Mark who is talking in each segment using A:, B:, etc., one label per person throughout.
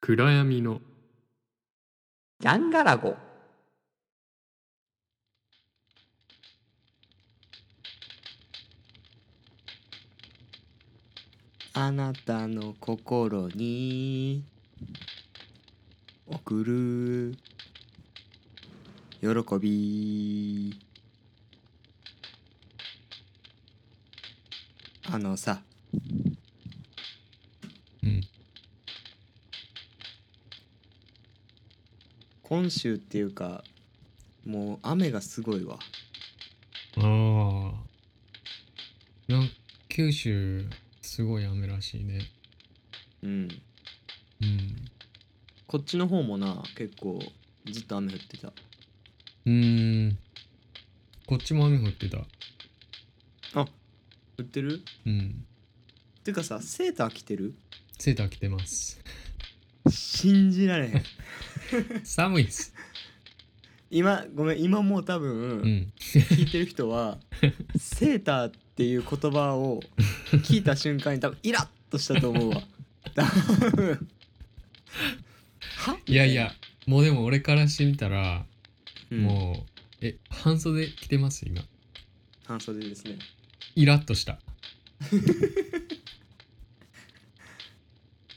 A: 暗闇の
B: ジャンガラゴあなたの心に送る喜びあのさ
C: うん
B: 今週っていうかもう雨がすごいわ
C: ああなん九州すごい雨らしいね
B: うん
C: うん
B: こっちの方もな結構ずっと雨降ってた
C: うーんこっちも雨降ってた
B: あ降ってる
C: うん
B: てかさセーター着てる
C: セーター着てます
B: 信じられへん
C: 寒いっす
B: 今ごめん今もう多分、
C: うん
B: 聞いてる人はセーターっていう言葉を聞いた瞬間に多分イラッとしたと思うわ多分はい
C: いやいや、もうでも俺からしてみたら、
B: うん
C: もうえ半袖着てます今
B: 半袖ですね
C: イラッとした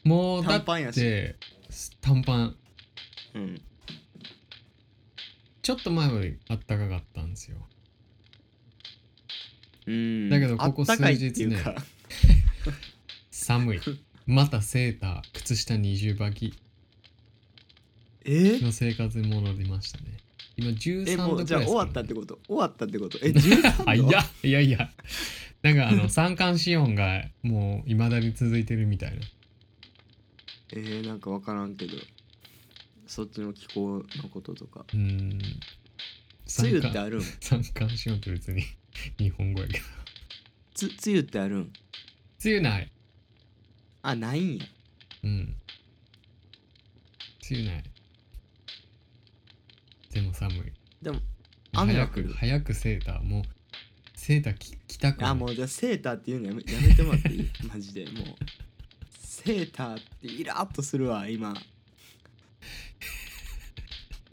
C: もうだ
B: 短パンや
C: っ
B: して
C: 短パン
B: うん
C: ちょっと前まであったかかったんですよ
B: うん
C: だけどここ
B: あったかい
C: 数日ね
B: っていうか
C: 寒いまたセーター靴下二重履き
B: え
C: の生活に戻りましたね今13
B: え
C: 度
B: も
C: くら
B: う
C: いです
B: じ
C: か
B: ゃ
C: ら、
B: あ
C: ね、
B: 終わったってこと終わったってことえ13度
C: あいやいやいやなんかあの三寒四温がもういまだに続いてるみたいな
B: えー、なんか分からんけどそっちの気候のこととか
C: うーん
B: 梅
C: 三
B: 雨
C: 寒
B: ってあるん
C: 三寒四温って別に 日本語やけど
B: つ梅雨ってあるん
C: 梅雨ない
B: あないんや
C: うん梅雨ないでも寒い
B: でも雨
C: 早
B: が来
C: く
B: る
C: 早くセーターもうセーター着着たくない
B: あもうじゃあセーターっていうのやめやめてもらって いいマジでもうセーターってイラッとするわ今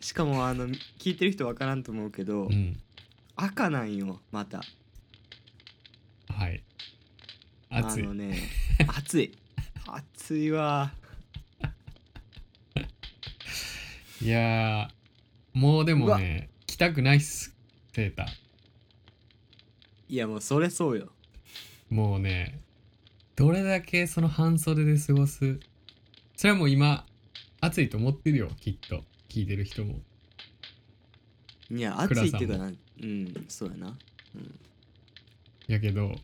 B: しかもあの聞いてる人分からんと思うけど、
C: うん
B: 赤なんよまた
C: はい暑い
B: あのね暑い暑いわ
C: いやーもうでもね着たくないっすセーター
B: いやもうそれそうよ
C: もうねどれだけその半袖で過ごすそれはもう今暑いと思ってるよきっと聞いてる人も
B: いや暑いっていうか
C: 倉
B: なうんそうやな
C: やけど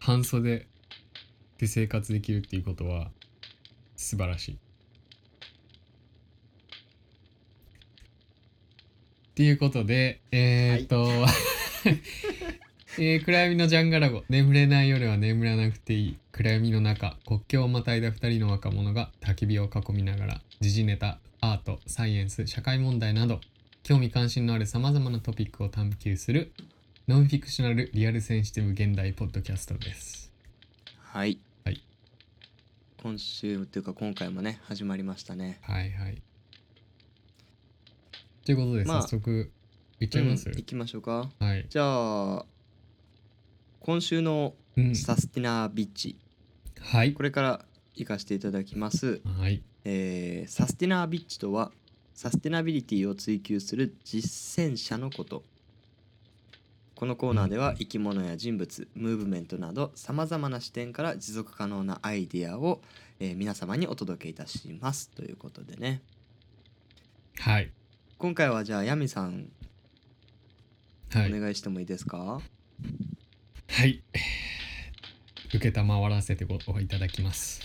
C: 半袖で生活できるっていうことは素晴らしい。っていうことでえー、っと、 えー暗闇のジャンガラゴ眠れない夜は眠らなくていい暗闇の中国境をまたいだ2人の若者が焚き火を囲みながら時事ネタアートサイエンス社会問題など興味関心のあるさまざまなトピックを探求するノンフィクショナルリアルセンシティブ現代ポッドキャストです。
B: はい、
C: はい、
B: 今週っていうか今回もね始まりましたね
C: はいはい。ということで
B: まあ
C: 早速いっちゃいます、
B: うん行きましょうか
C: はい。
B: じゃあ今週の
C: うん。
B: サスティナービッチ、
C: はい
B: こ。れから行かせていただきます、
C: はい。
B: えーサスティナービッチとはサスティナビリティを追求する実践者のことこのコーナーでは生き物や人物ムーブメントなどさまざまな視点から持続可能なアイディアを、えー皆様にお届けいたしますということでね
C: はい。
B: 今回はじゃあヤミさん
C: は
B: お
C: い。
B: 願いしてもいいですか、
C: はい。 受けたまわらせてごいただきます。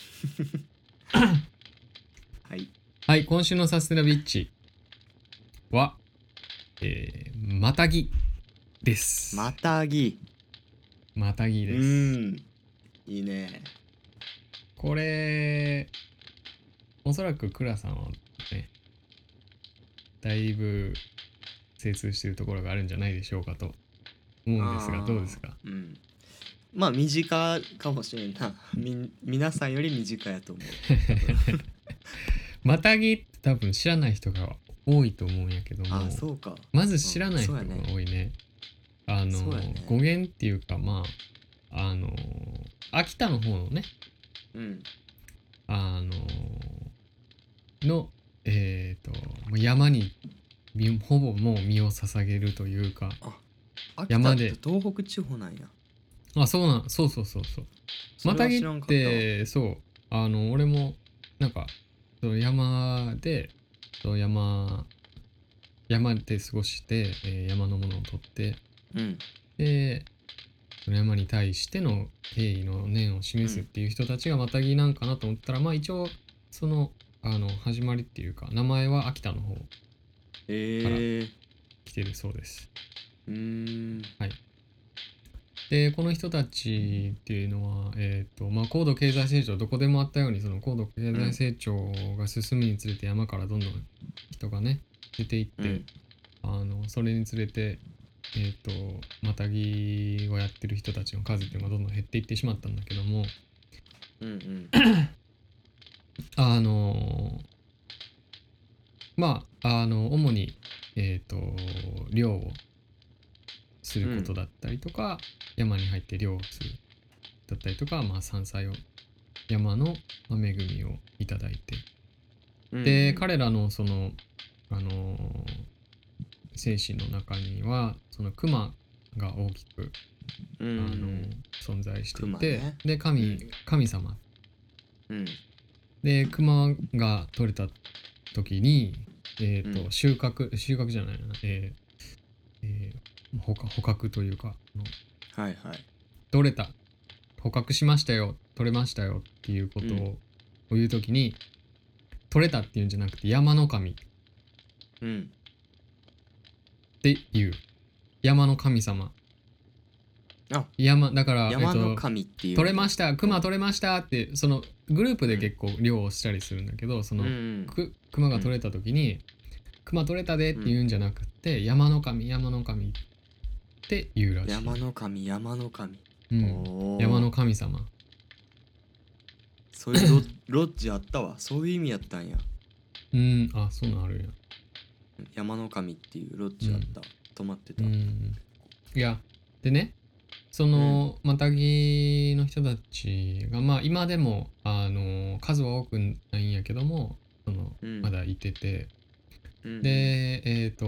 B: はい
C: はい。今週のサステナビッチは、えー、またぎです。
B: またぎ
C: またぎ
B: う
C: です。
B: んいいね
C: これおそらく倉さんはねだいぶ精通しているところがあるんじゃないでしょうかと思うんです
B: あ
C: が
B: ー
C: どうですか
B: うんまあ身近かもしれんな み皆さんより身近や と思う
C: またぎって多分知らない人が多いと思うんやけども
B: ああそうか
C: まず知らない人が
B: そうやね
C: 多いね。あの、
B: そうやね
C: 語源っていうかまああの秋田の方のね
B: うん
C: あののえっ、ともう山に身ほぼもう身を捧げるというか
B: 秋田
C: 山
B: っ
C: で
B: て東北地方なんや
C: あそうなんそうそうそうそう。
B: そ
C: ま
B: れは
C: たぎ
B: 知らん
C: っ
B: かったわ
C: てそうあの俺もなんかその山でそう山山で過ごして、えー山のものを取って
B: うん
C: でその山に対しての敬意の念を示すっていう人たちがまたぎなんかなと思ったら、まあ一応そのあの始まりっていうか名前は秋田の方
B: ええ
C: 来てるそうです。
B: うーん
C: でこの人たちっていうのは、えーとまあ、高度経済成長どこでもあったようにその高度経済成長が進むにつれて山からどんどん人がね出ていって、
B: うん
C: あのそれにつれて、えー、とまたぎをやってる人たちの数っていうのがどんどん減っていってしまったんだけども
B: うん
C: あのーまああの主に、えー、と漁をすることだったりとか、山に入って漁をするだったりとか、まあ、山菜を山のまあ恵みをいただいて
B: うん
C: で
B: ら
C: 彼らのその、あのー精神の中にはその熊が大きく、
B: うん
C: あ
B: う
C: の
B: ん
C: 存在してい
B: 熊
C: て、
B: ね
C: で神
B: うん
C: 神様
B: うん
C: で熊が取れた時に、えーと
B: うん
C: 収穫収穫じゃないな、えーえー捕獲捕獲というかあの
B: はいはい
C: 取れた捕獲しましたよ取れましたよっていうことを,、
B: うん
C: 言う時に取れたっていうんじゃなくて山の神っ
B: うん
C: ていう山の神様
B: あ
C: 山だから
B: 山
C: え
B: の
C: ーと
B: 神っていう
C: 取れましたた熊取れましたってそのグループで結構漁をしたりするんだけどその、
B: うん
C: く熊が取れた時に、熊取れたでって言うんじゃなくて、山の神山の神って言うらしい
B: 山の神山の神
C: うん
B: おー
C: 山の神様
B: そういうロロッ ジあったわそういう意味やったんや
C: うんあそうなんあるんや
B: 山の神っていうロッジあった、泊まってた、
C: うんいやでねそのマタギの人たちがまあ今でもあの数は多くないんやけどもその
B: うん
C: まだいてて、
B: うん
C: でえっ、と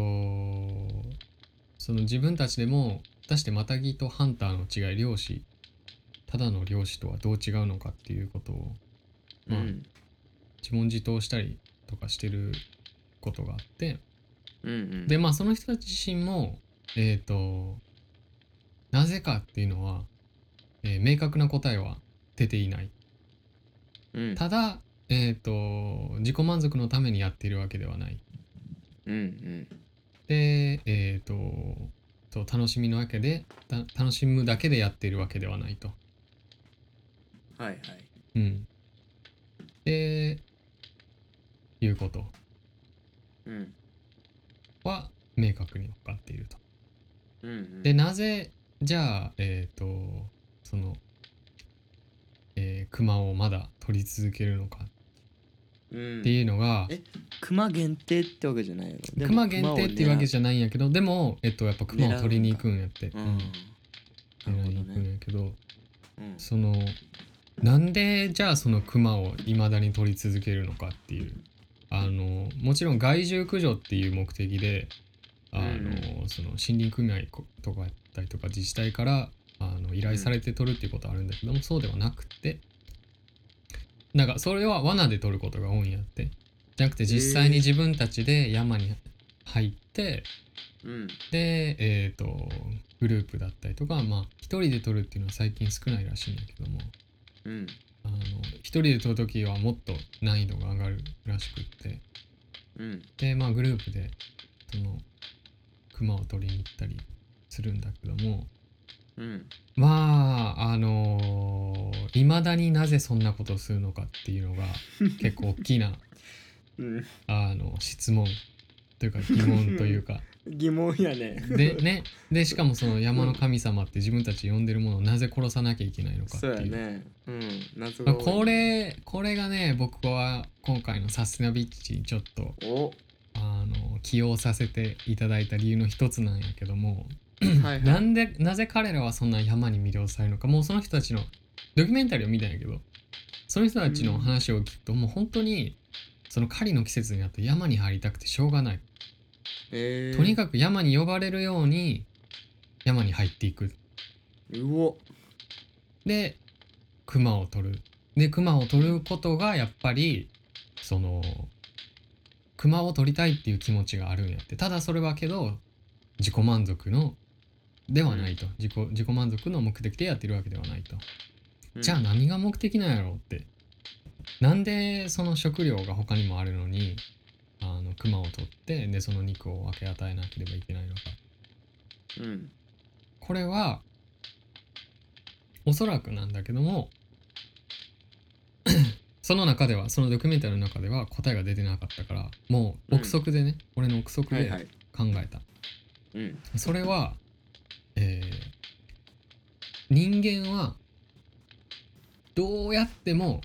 C: その自分たちでも果たしてマタギとハンターの違い漁師ただの漁師とはどう違うのかっていうことを
B: う
C: まあ
B: ん
C: 自問自答したりとかしてることがあって
B: うんうん
C: でまあその人たち自身もえっ、となぜかっていうのは、えー明確な答えは出ていない
B: うん
C: ただえっ、と自己満足のためにやっているわけではない
B: うんうん
C: でえっ、とと楽しみのわけでた楽しむだけでやっているわけではないと。
B: はいはい
C: うん、でいうこと
B: うん
C: は明確に分かっていると。
B: うんうん
C: でなぜじゃあえっ、とその、えー熊をまだ取り続けるのか
B: うん
C: っていうのが、
B: え熊限定ってわけじゃないよ
C: 熊限定っていうわけ
B: ゃ
C: じゃないんやけどでも、えっとやっぱ熊を取りに行くんやって。
B: うん
C: うん
B: な
C: 狙
B: る
C: い
B: ほ
C: に
B: ど
C: 行くん
B: ね
C: やけど
B: うん
C: そのなんでじゃあそのクマをいまだに取り続けるのかっていうあのもちろん害獣駆除っていう目的であの、その森林組合とかやったりとか自治体からあの依頼されて取るっていうことはあるんだけども、そうではなくてなんかそれは罠で取ることが多いんやってじゃなくて実際に自分たちで山に入って、
B: うん
C: でえっ、とグループだったりとかまあ一人で撮るっていうのは最近少ないらしいんだけども
B: うん
C: あの一人で撮る時はもっと難易度が上がるらしくって
B: うん
C: でまあグループでその熊を取りに行ったりするんだけども
B: うん
C: まああのいまだになぜそんなことをするのかっていうのが結構大きな
B: うん
C: あの質問というか疑問というか
B: 疑問やね
C: でねでしかもその山の神様って自分たち呼んでるものをなぜ殺さなきゃいけないのかって
B: そ
C: いうう
B: やねうん謎
C: ま
B: が
C: あ
B: 多い
C: これこれがね僕は今回の「サステナビッチ」にちょっと
B: お
C: あの起用させていただいた理由の一つなんやけども、
B: はいはい
C: なんでなぜ彼らはそんな山に魅了されるのかもうその人たちのドキュメンタリーを見たんやけどその人たちの話を聞くと、もう本当にその狩りの季節になると山に入りたくてしょうがない、
B: えー、
C: とにかく山に呼ばれるように山に入っていく
B: くうお
C: で熊を取るで熊を取ることがやっぱりその熊を取りたいっていう気持ちがあるんやってただそれはけど自己満足のではないと、自己自己満足の目的でやってるわけではないと、じゃあ何が目的なんやろうってなんでその食料が他にもあるのにあの熊を取ってでその肉を分け与えなければいけないのか
B: うん
C: これはおそらくなんだけども その中ではそのドキュメンタリーの中では答えが出てなかったからもう憶測でね、俺の憶測
B: はい
C: で
B: は
C: はい考えた、
B: うん
C: それは、えー人間はどうやっても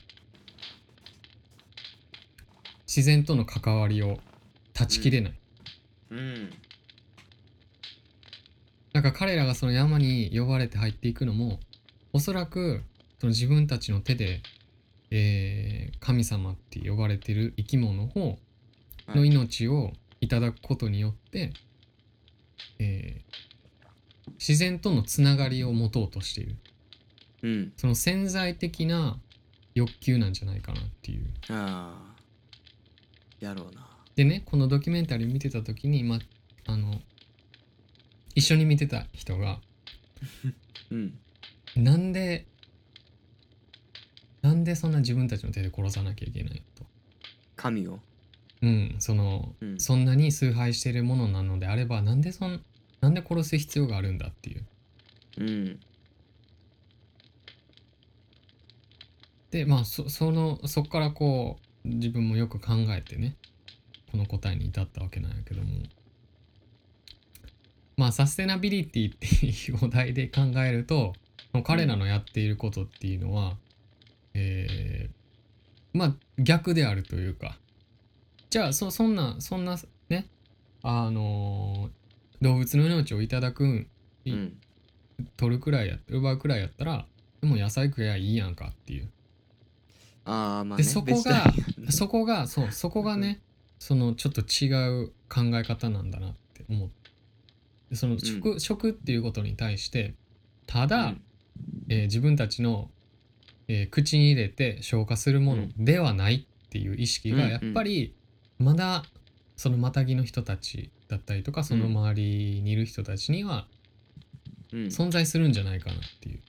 C: 自然との関わりを断ち切れない、
B: うん
C: なんか彼らがその山に呼ばれて入っていくのもおそらくその自分たちの手で、えー神様って呼ばれてる生き物を
B: はい
C: の命をいただくことによって、えー自然とのつながりを持とうとしている
B: うん
C: その潜在的な欲求なんじゃないかなっていう。
B: ああやろうな
C: でねこのドキュメンタリー見てた時に、ま、あの一緒に見てた人が
B: うん
C: なんでなんでそんな自分たちの手で殺さなきゃいけないと。
B: 神を
C: うん、その、
B: うん
C: そんなに崇拝しているものなのであればなんでそんなんで殺す必要があるんだっていう。
B: うん
C: でまあそそのそこからこう自分もよく考えてねこの答えに至ったわけなんやけどもまあサステナビリティっていうお題で考えると彼らのやっていることっていうのは、えーまあ逆であるというかじゃあそそんなそんなねあのー動物の命をいただくんい
B: うん
C: 取るくらいや奪うくらいやったらでも野菜食えばいいやんかっていう
B: ああまあ、ね、
C: でそこが
B: ベジタリアンね
C: そこがそうそこが
B: うん
C: ねそのちょっと違う考え方なんだなって思ってその食,、食っていうことに対してただ、
B: うん
C: えー自分たちの、えー口に入れて消化するものではないっていう意識
B: うん
C: が
B: うん
C: やっぱりまだそのまたぎの人たちだったりとかその周りにいる人たちには
B: うん
C: 存在するんじゃないかなっていう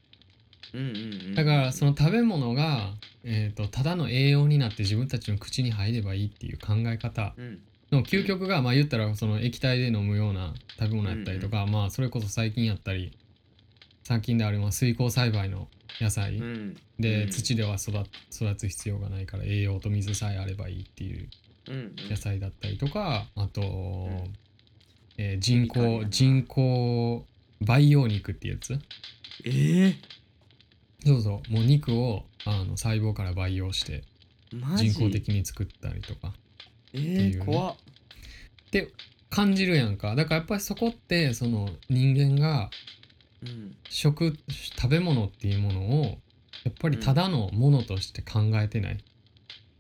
B: うんうんうん
C: だからそ
B: の
C: の食べ物が、えー、とただの栄養になって自分たちの口に入ればいいっていう考え方
B: うん
C: の究極がまあ言ったらその液体で飲むような食べ物やったりとか、まあそれこそ最近やったり最近であれば水耕栽培の野菜、
B: うん
C: で、
B: うん
C: 土では育育つ必要がないから栄養と水さえあればいいっていう
B: うんうん
C: 野菜だったりとかあと、
B: ん
C: えー人
B: ケミカルや
C: 工
B: な
C: 人工培養肉ってやつ
B: ええ
C: そうそうもう肉をあの細胞から培養して
B: マジ
C: 人工的に作ったりとか
B: え
C: ってい
B: え
C: うね
B: 怖っ
C: って感じるやんかだからやっぱりそこってその人間が
B: うん
C: 食食べ物っていうものをやっぱりただのものとして考えてない、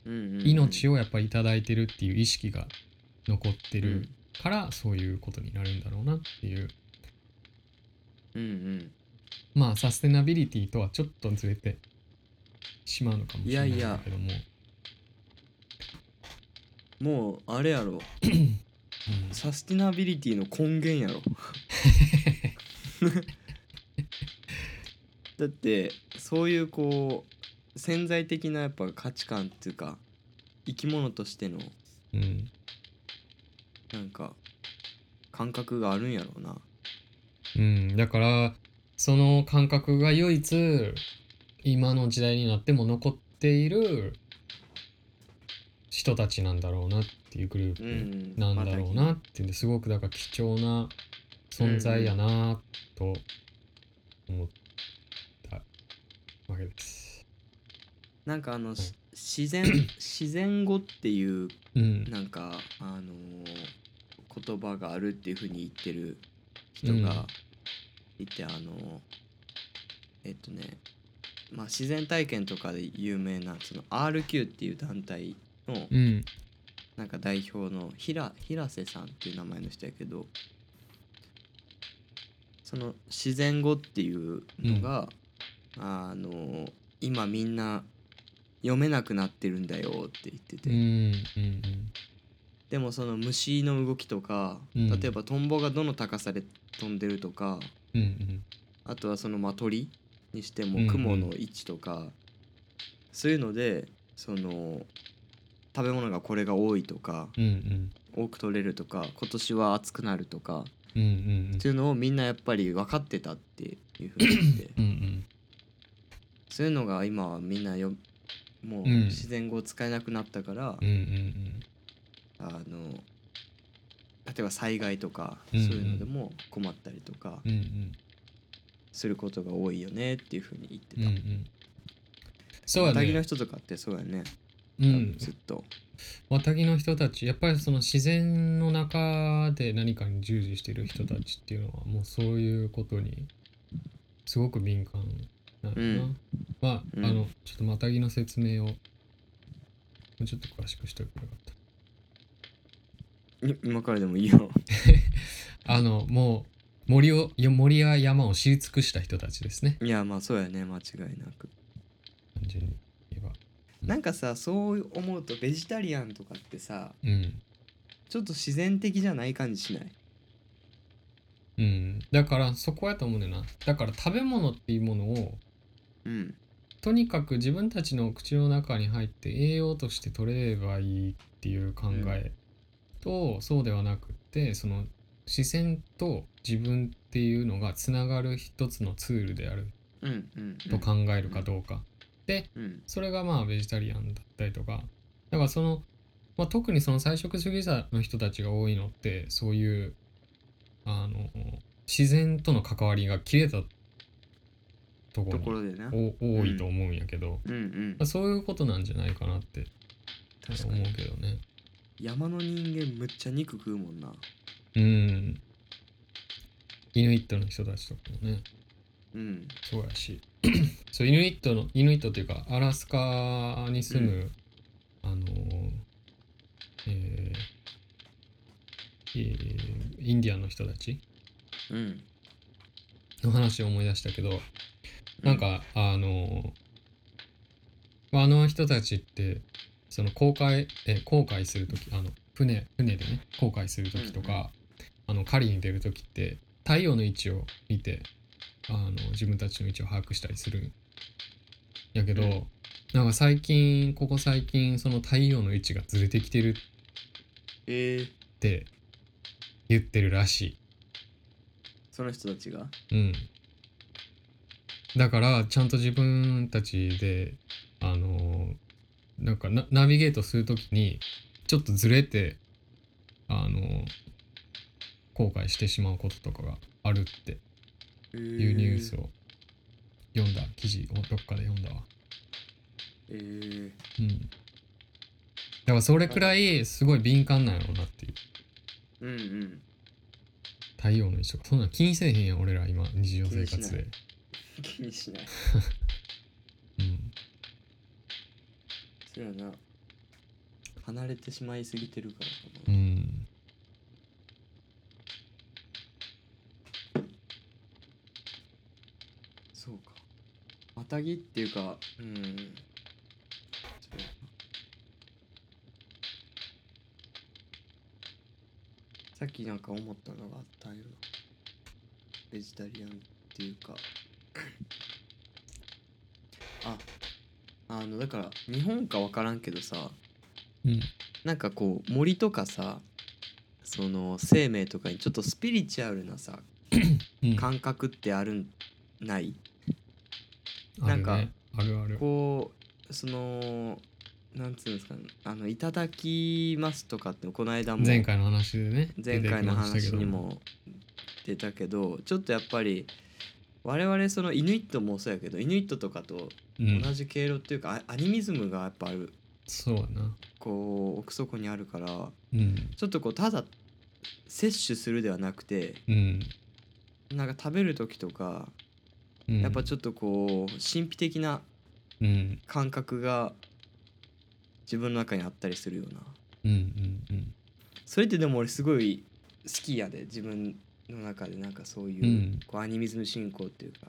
B: うんうん
C: 命
B: を
C: をやっぱり頂いただいてるっていう意識が残ってるから、そういうことになるんだろうなっていう
B: うんうん
C: まあサステナビリティとはちょっとずれてしまうのかもしれないんだけども
B: もうあれや
C: う
B: ろ
C: ん
B: サスティナビリティの根源やろ だってそういうこう潜在的なやっぱ価値観っていうか生き物としての
C: うん
B: なんか感覚があるんやろうな
C: うん、だからその感覚が唯一今の時代になっても残っている思人たちなんだろうなっていうグルー
B: う
C: プ
B: ん
C: なんだろうなっていうんですごくだから貴重な存在やなと思ったわけです。
B: なんかあの、
C: い
B: し自然自然語っていう
C: うん、
B: なんかあのー言葉があるっていうふうに言ってる人がいて、あのーえっとねまあ自然体験とかで有名なその RQ っていう団体の
C: うん、
B: なんか代表のひら平瀬さんっていう名前の人やけどその自然語っていうのが、あのー今みんな読めなくなってるんだよって言ってて
C: うん、う、ん、うん、
B: でもその虫の動きとか、
C: うん
B: 例えばトンボがどの高さで飛んでるとか
C: うん、うん、
B: あとはそのまあ鳥にして
C: うんうん
B: も雲の位置とか、そういうのでその食べ物がこれが多いとか
C: うん、うん、
B: 多く取れるとか今年は暑くなるとか
C: うん、うん
B: っていうのをみんなやっぱり分かってたっていうふうに 言ってて
C: うん、うん、
B: そういうのが今はみんなよもう
C: うん
B: 自然語を使えなくなったから、
C: うん、うん。
B: あの例えば災害とか、
C: うんうん
B: そういうのでも困ったりとか
C: うんうん
B: することが多いよねっていうふうに言って
C: うんう
B: た。
C: んそうや
B: タギの
C: ね、
B: 人とかってそうやね、
C: う
B: 多分
C: ん、
B: ずっと。
C: わたぎの人たちやっぱりその自然の中で何かに従事してる人たちっていうのはもうそういうことにすごく敏感なのかな、
B: うん
C: まあ、
B: うん
C: あのちょっとまたぎの説明をもうちょっと詳しくしておけばよかっ
B: い今からでもいいよ。
C: たあのもう森をよ森や山を知り尽くした人たちですね
B: いやまあそうやね間違いなく。
C: 単純に言えば
B: なんかさそう思うとベジタリアンとかってさ
C: うん
B: ちょっと自然的じゃない感じしない
C: うんだからそこやと思うねんなだから食べ物っていうものを
B: うん
C: とにかく自分たちの口の中に入って栄養として取れればいいっていう考えと、そうではなくってその視線と自分っていうのがつながる一つのツールである
B: うんうんうん
C: と考えるかどうか、
B: うん
C: それがまあベジタリアンだったりとかだからその、まあ、特にその菜食主義者の人たちが多いのってそういうあの自然との関わりが切れたとこと
B: こ
C: ろ
B: ろでな。うん
C: にお多いと思うんやけど、
B: うん
C: まあ、そういうことなんじゃないかなって
B: 確
C: 思
B: か
C: う
B: に
C: けどね。
B: 山の人間むっちゃ肉食うもんな。
C: うん。イヌイットの人たちとかもね、
B: うん
C: そうやし。 そう、イヌイットの、イヌイットっていうか、アラスカに住む、あのー、えーえーインディアンの人たち
B: うん。
C: の話を思い出したけど、なんか、あの、まああの人たちって、その航海、え、航海するとき、あの、船、船でね、航海するときとか、あの、狩りに出るときって、太陽の位置を見て、あの、自分たちの位置を把握したりするんやけど、
B: うん
C: なんか最近、ここ最近、その太陽の位置がずれてきてるっ
B: えー、
C: て言ってるらしい。
B: その人たちが
C: うん。だから、ちゃんと自分たちで、あのーなんかナナビゲートするときに、ちょっとずれて、あのー後悔してしまうこととかがあるってい
B: いう
C: ニュースを読んだ、記事をどっかで読んだわ。
B: えー
C: うん。だから、それくらい、すごい敏感なんやろうなっていう。
B: うんうん
C: 太陽の位置とか、そんなん気にせえへんやん、俺ら今、日常生
B: 気にし
C: 活
B: ない
C: で。
B: 気にしない
C: うん。
B: そうやな離れてしまいすぎてるから
C: う
B: かな、
C: ん。
B: そうかまたぎっていうかうんそうやなさっきなんか思ったのがあったんよなベジタリアンっていうかああのだから日本か分からんけどさ、
C: うん。
B: なんかこう森とかさその生命とかにちょっとスピリチュアルなさ
C: うん。
B: 感覚ってあるんない
C: あるね
B: なんか
C: あるある。
B: こうそのなんつうんですかねあの「いただきます」とかってこの間も
C: 前回の話でね
B: 前回の話
C: 出
B: に
C: てきまし
B: も出たけどちょっとやっぱり我々そのイヌイットもそうやけどイヌイットとかと
C: たけどう
B: 同
C: ん、
B: じ経路っていうか、あアニミズムがやっぱある
C: そうやな
B: こう奥底にあるから
C: うん
B: ちょっとこうただ摂取するではなくて
C: うん、
B: なんか食べる時とか
C: うん、
B: やっぱちょっとこう神秘的な
C: うん
B: 感覚が自分の中にあったりするような
C: うんうんうん
B: それってでも俺すごい好きやで自分の中でなんかそういう,、
C: うん
B: こうアニミズム信仰っていうか、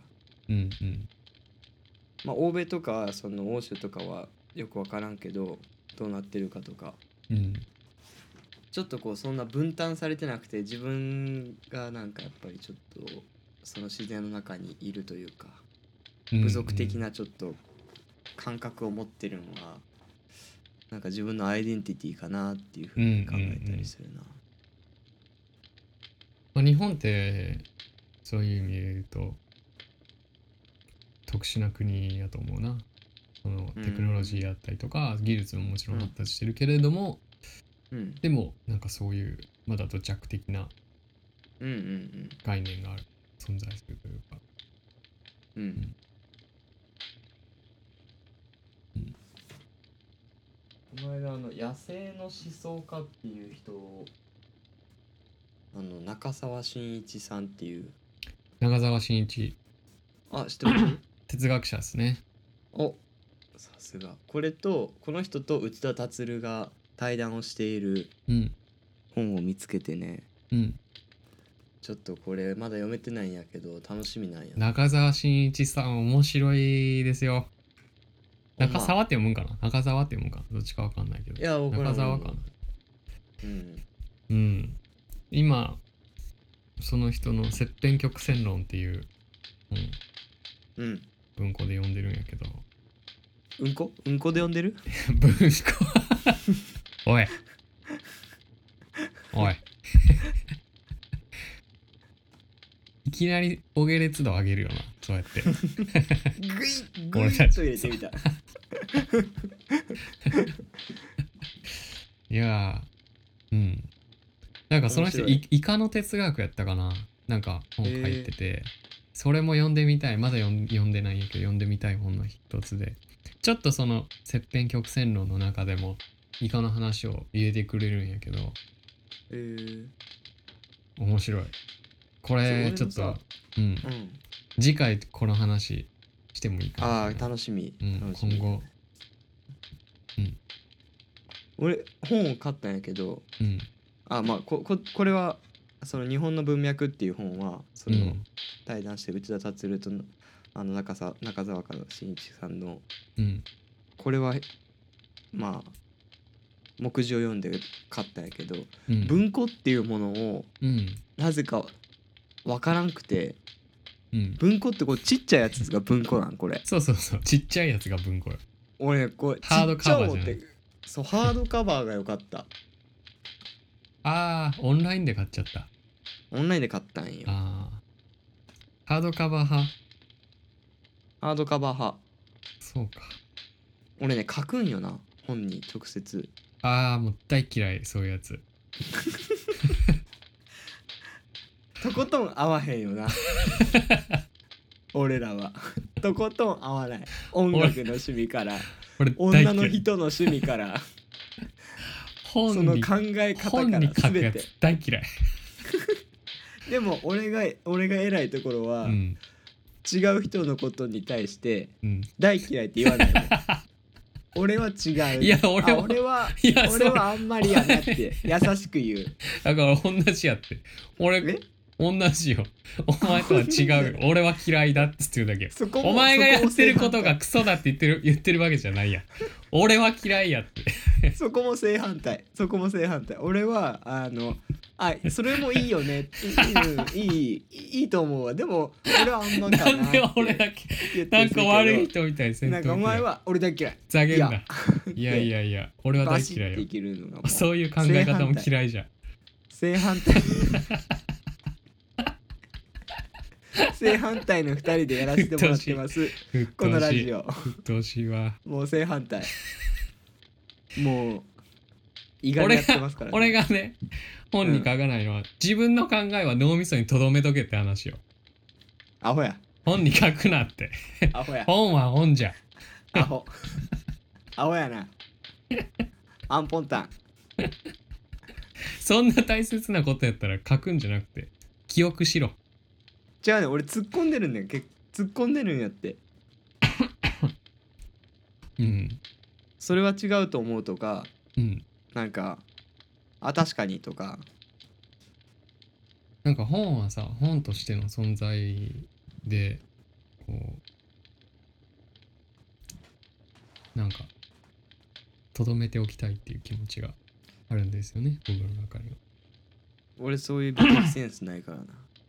C: うんうん
B: まあ、欧米とかその欧州とかはよく分からんけどどうなってるかとか
C: うん
B: ちょっとこうそんな分担されてなくて自分がなんかやっぱりちょっとその自然の中にいるというか
C: うん
B: 部族的なちょっと感覚を持ってるのはなんか自分のアイデンティティかなっていうふうに考えたりするな。
C: まあ、日本ってそういう意味で言うと特殊な国やと思うなその
B: うん
C: テクノロジーやったりとか、技術ももちろん発達してるけれども、
B: うん
C: でもなんかそういうまだ土着的な
B: うんうん
C: 概念がある存在するというか
B: うんうん
C: うん
B: この間あの野生の思想家っていう人をあの中澤真一さんっていう
C: 長澤真一
B: あ知ってます
C: 哲学者ですね
B: おさすがこれとこの人と内田達郎が対談をしている
C: うん
B: 本を見つけてね
C: うん
B: ちょっとこれまだ読めてないんやけど楽しみなんや
C: 中澤真一さん面白いですよ
B: ほんま
C: 中澤って読むんかな中澤って読むんかなどっちかわかんないけど
B: いや僕ら
C: 中澤かな
B: もうん
C: うん、今その人の「切片曲線論」っていう、うん、
B: うん
C: 文庫で読んでるんやけど
B: うんこうんこで読んでる
C: 文庫おいおい いきなりおげれつ度上げるよなそうやって
B: グイッグイ
C: 俺
B: ッ
C: たち
B: と入れて みた
C: いやーうんなんかその人
B: 面白い
C: いイカの哲学やったかななんか本書いてて、それも読んでみたいまだ読ん読んでないんやけど読んでみたい本の一つでちょっとその切片曲線論の中でもイカの話を入れてくれるんやけど
B: えー、
C: 面白いこれち
B: そ
C: ょ
B: う
C: っと
B: 俺もさ
C: うん
B: うん
C: 次回この話してもいいかな
B: ああ楽しみ、
C: うん
B: 楽しみ
C: 今後
B: 俺本を買ったんやけど
C: うん
B: あまあこここれはその「日本の文脈」っていう本はその、
C: うん
B: 対談して内田達郎とのあの中澤中澤から新一さんの
C: うん
B: これはまあ目次を読んで買ったんやけど、
C: うん
B: 文庫っていうものを
C: うん
B: なぜか分からんくて
C: うん
B: 文庫ってこうちっちゃいやつが文庫なんこれ
C: そうそうそうちっちゃいやつが文庫よ
B: 俺これ
C: ハードカバーじゃない
B: ちっちゃいのってそうハードカバーが良かった
C: ああオンラインで買っちゃった
B: オンラインで買ったんよ
C: ああハードカバー派
B: ハードカバー派
C: そうか
B: 俺ね書くんよな本に直接
C: ああもう大嫌いそういうやつ
B: とことん合わへん よな俺らはとことん合わない音楽の趣味から
C: 俺大
B: 女
C: 嫌
B: の
C: い
B: 人の趣味から
C: 本
B: その
C: に
B: 考え方
C: 本
B: か
C: に
B: ら
C: 書く
B: 全
C: や
B: て
C: つ大嫌い、
B: でも俺が俺が偉いところ
C: う
B: は、
C: ん
B: 違う人のことに対して
C: うん、
B: 大嫌いって言 わないの俺は違う
C: いや俺
B: あ
C: も
B: 俺はい
C: やそう
B: 俺はあんまりやなって優しく言う
C: だから同じやって俺
B: え
C: 同じよお前とは違 うよ俺は嫌いだっつって言うだけよ
B: そこも
C: お前がやってることが
B: そ
C: クソだって言ってる言ってるわけじゃないやん俺は嫌いやって
B: そこも正反対そこも正反対俺はあのあそれもいいよねいいうんいいいいと思うわでも俺はあんまか
C: な
B: なん
C: で俺だ
B: って
C: け
B: 言って
C: な
B: る
C: ん
B: け
C: か
B: ど
C: 悪い人みたいにせんと
B: なんかお前は俺だけ嫌い
C: ざけん
B: いや
C: な いやいやいや俺は
B: バ
C: 大
B: シ
C: 嫌
B: ッ
C: い
B: て
C: よ
B: いけるのがもう
C: そういう考え方も嫌いじゃん。
B: 正反対正反対の2人でやらせてもらってます
C: うっと
B: この
C: う
B: ラ
C: しい。
B: ジ
C: うっ
B: オ
C: とうしいわ。
B: もう正反対もう意外にやってますから、ね、
C: 俺がね本に書かないのは、自分の考えは脳みそにとどめとけって話よ
B: アホや
C: 本に書くなって
B: アホや
C: 本は本じゃ
B: アホアホやなアンポンタン
C: そんな大切なことやったら書くんじゃなくて記憶しろ
B: 違うね俺突っ込んでるんだよけ突っ込んでるんやって
C: うん
B: それは違うと思うとか
C: うん
B: なんかあ確かにとか
C: なんか本はさ本としての存在でこうなんかとどめておきたいっていう気持ちがあるんですよね僕の中には
B: 俺そういう美的センスないからな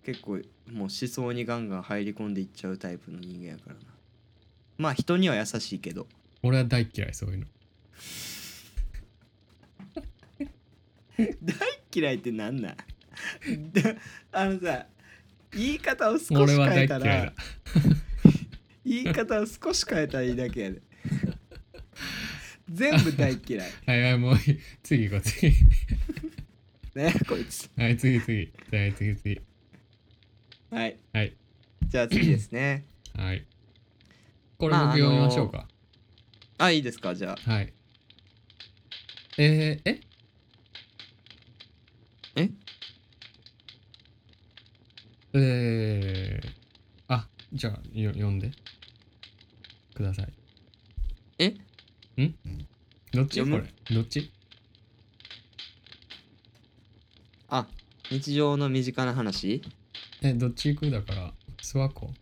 B: 結構もう思想にガンガン入り込んでいっちゃうタイプの人間やからなまあ人には優しいけど
C: 俺は大嫌いそういうの
B: 大嫌い ってなんなんであのさ言い方を少し
C: 俺は大
B: 変えた
C: 嫌いだ
B: ら言い方を少し変えたらいいだけ やで全部大嫌い
C: はいはいもういい次行こう次
B: ねこいつ
C: はい次次はい次次
B: はい
C: はい
B: じゃあ次ですね
C: はいこれ僕読みましょうか、
B: あいいですかじゃあ
C: はいえー、え
B: え
C: えー、あじゃあよ読んでください
B: え
C: んどっち
B: 読
C: こ
B: む
C: れどっち
B: あ日常の身近な話
C: えどっち行くだから諏訪湖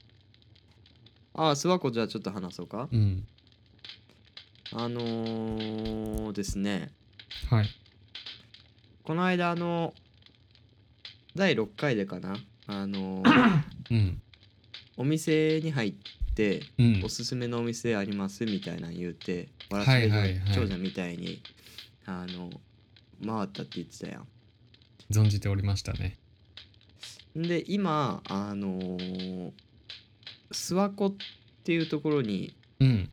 B: あ諏訪子じゃあちょっと話そうか
C: うん
B: あのー、ですね
C: はい
B: この間あの第6回でかなあのー
C: うん
B: お店に入って
C: うん
B: おすすめのお店ありますみたいなの言うて「わらしべ
C: はいはいはい
B: 長者」みたいにあの回ったって言ってたや
C: 存じておりましたね
B: ん。で今あのー諏訪湖っていうところに
C: うん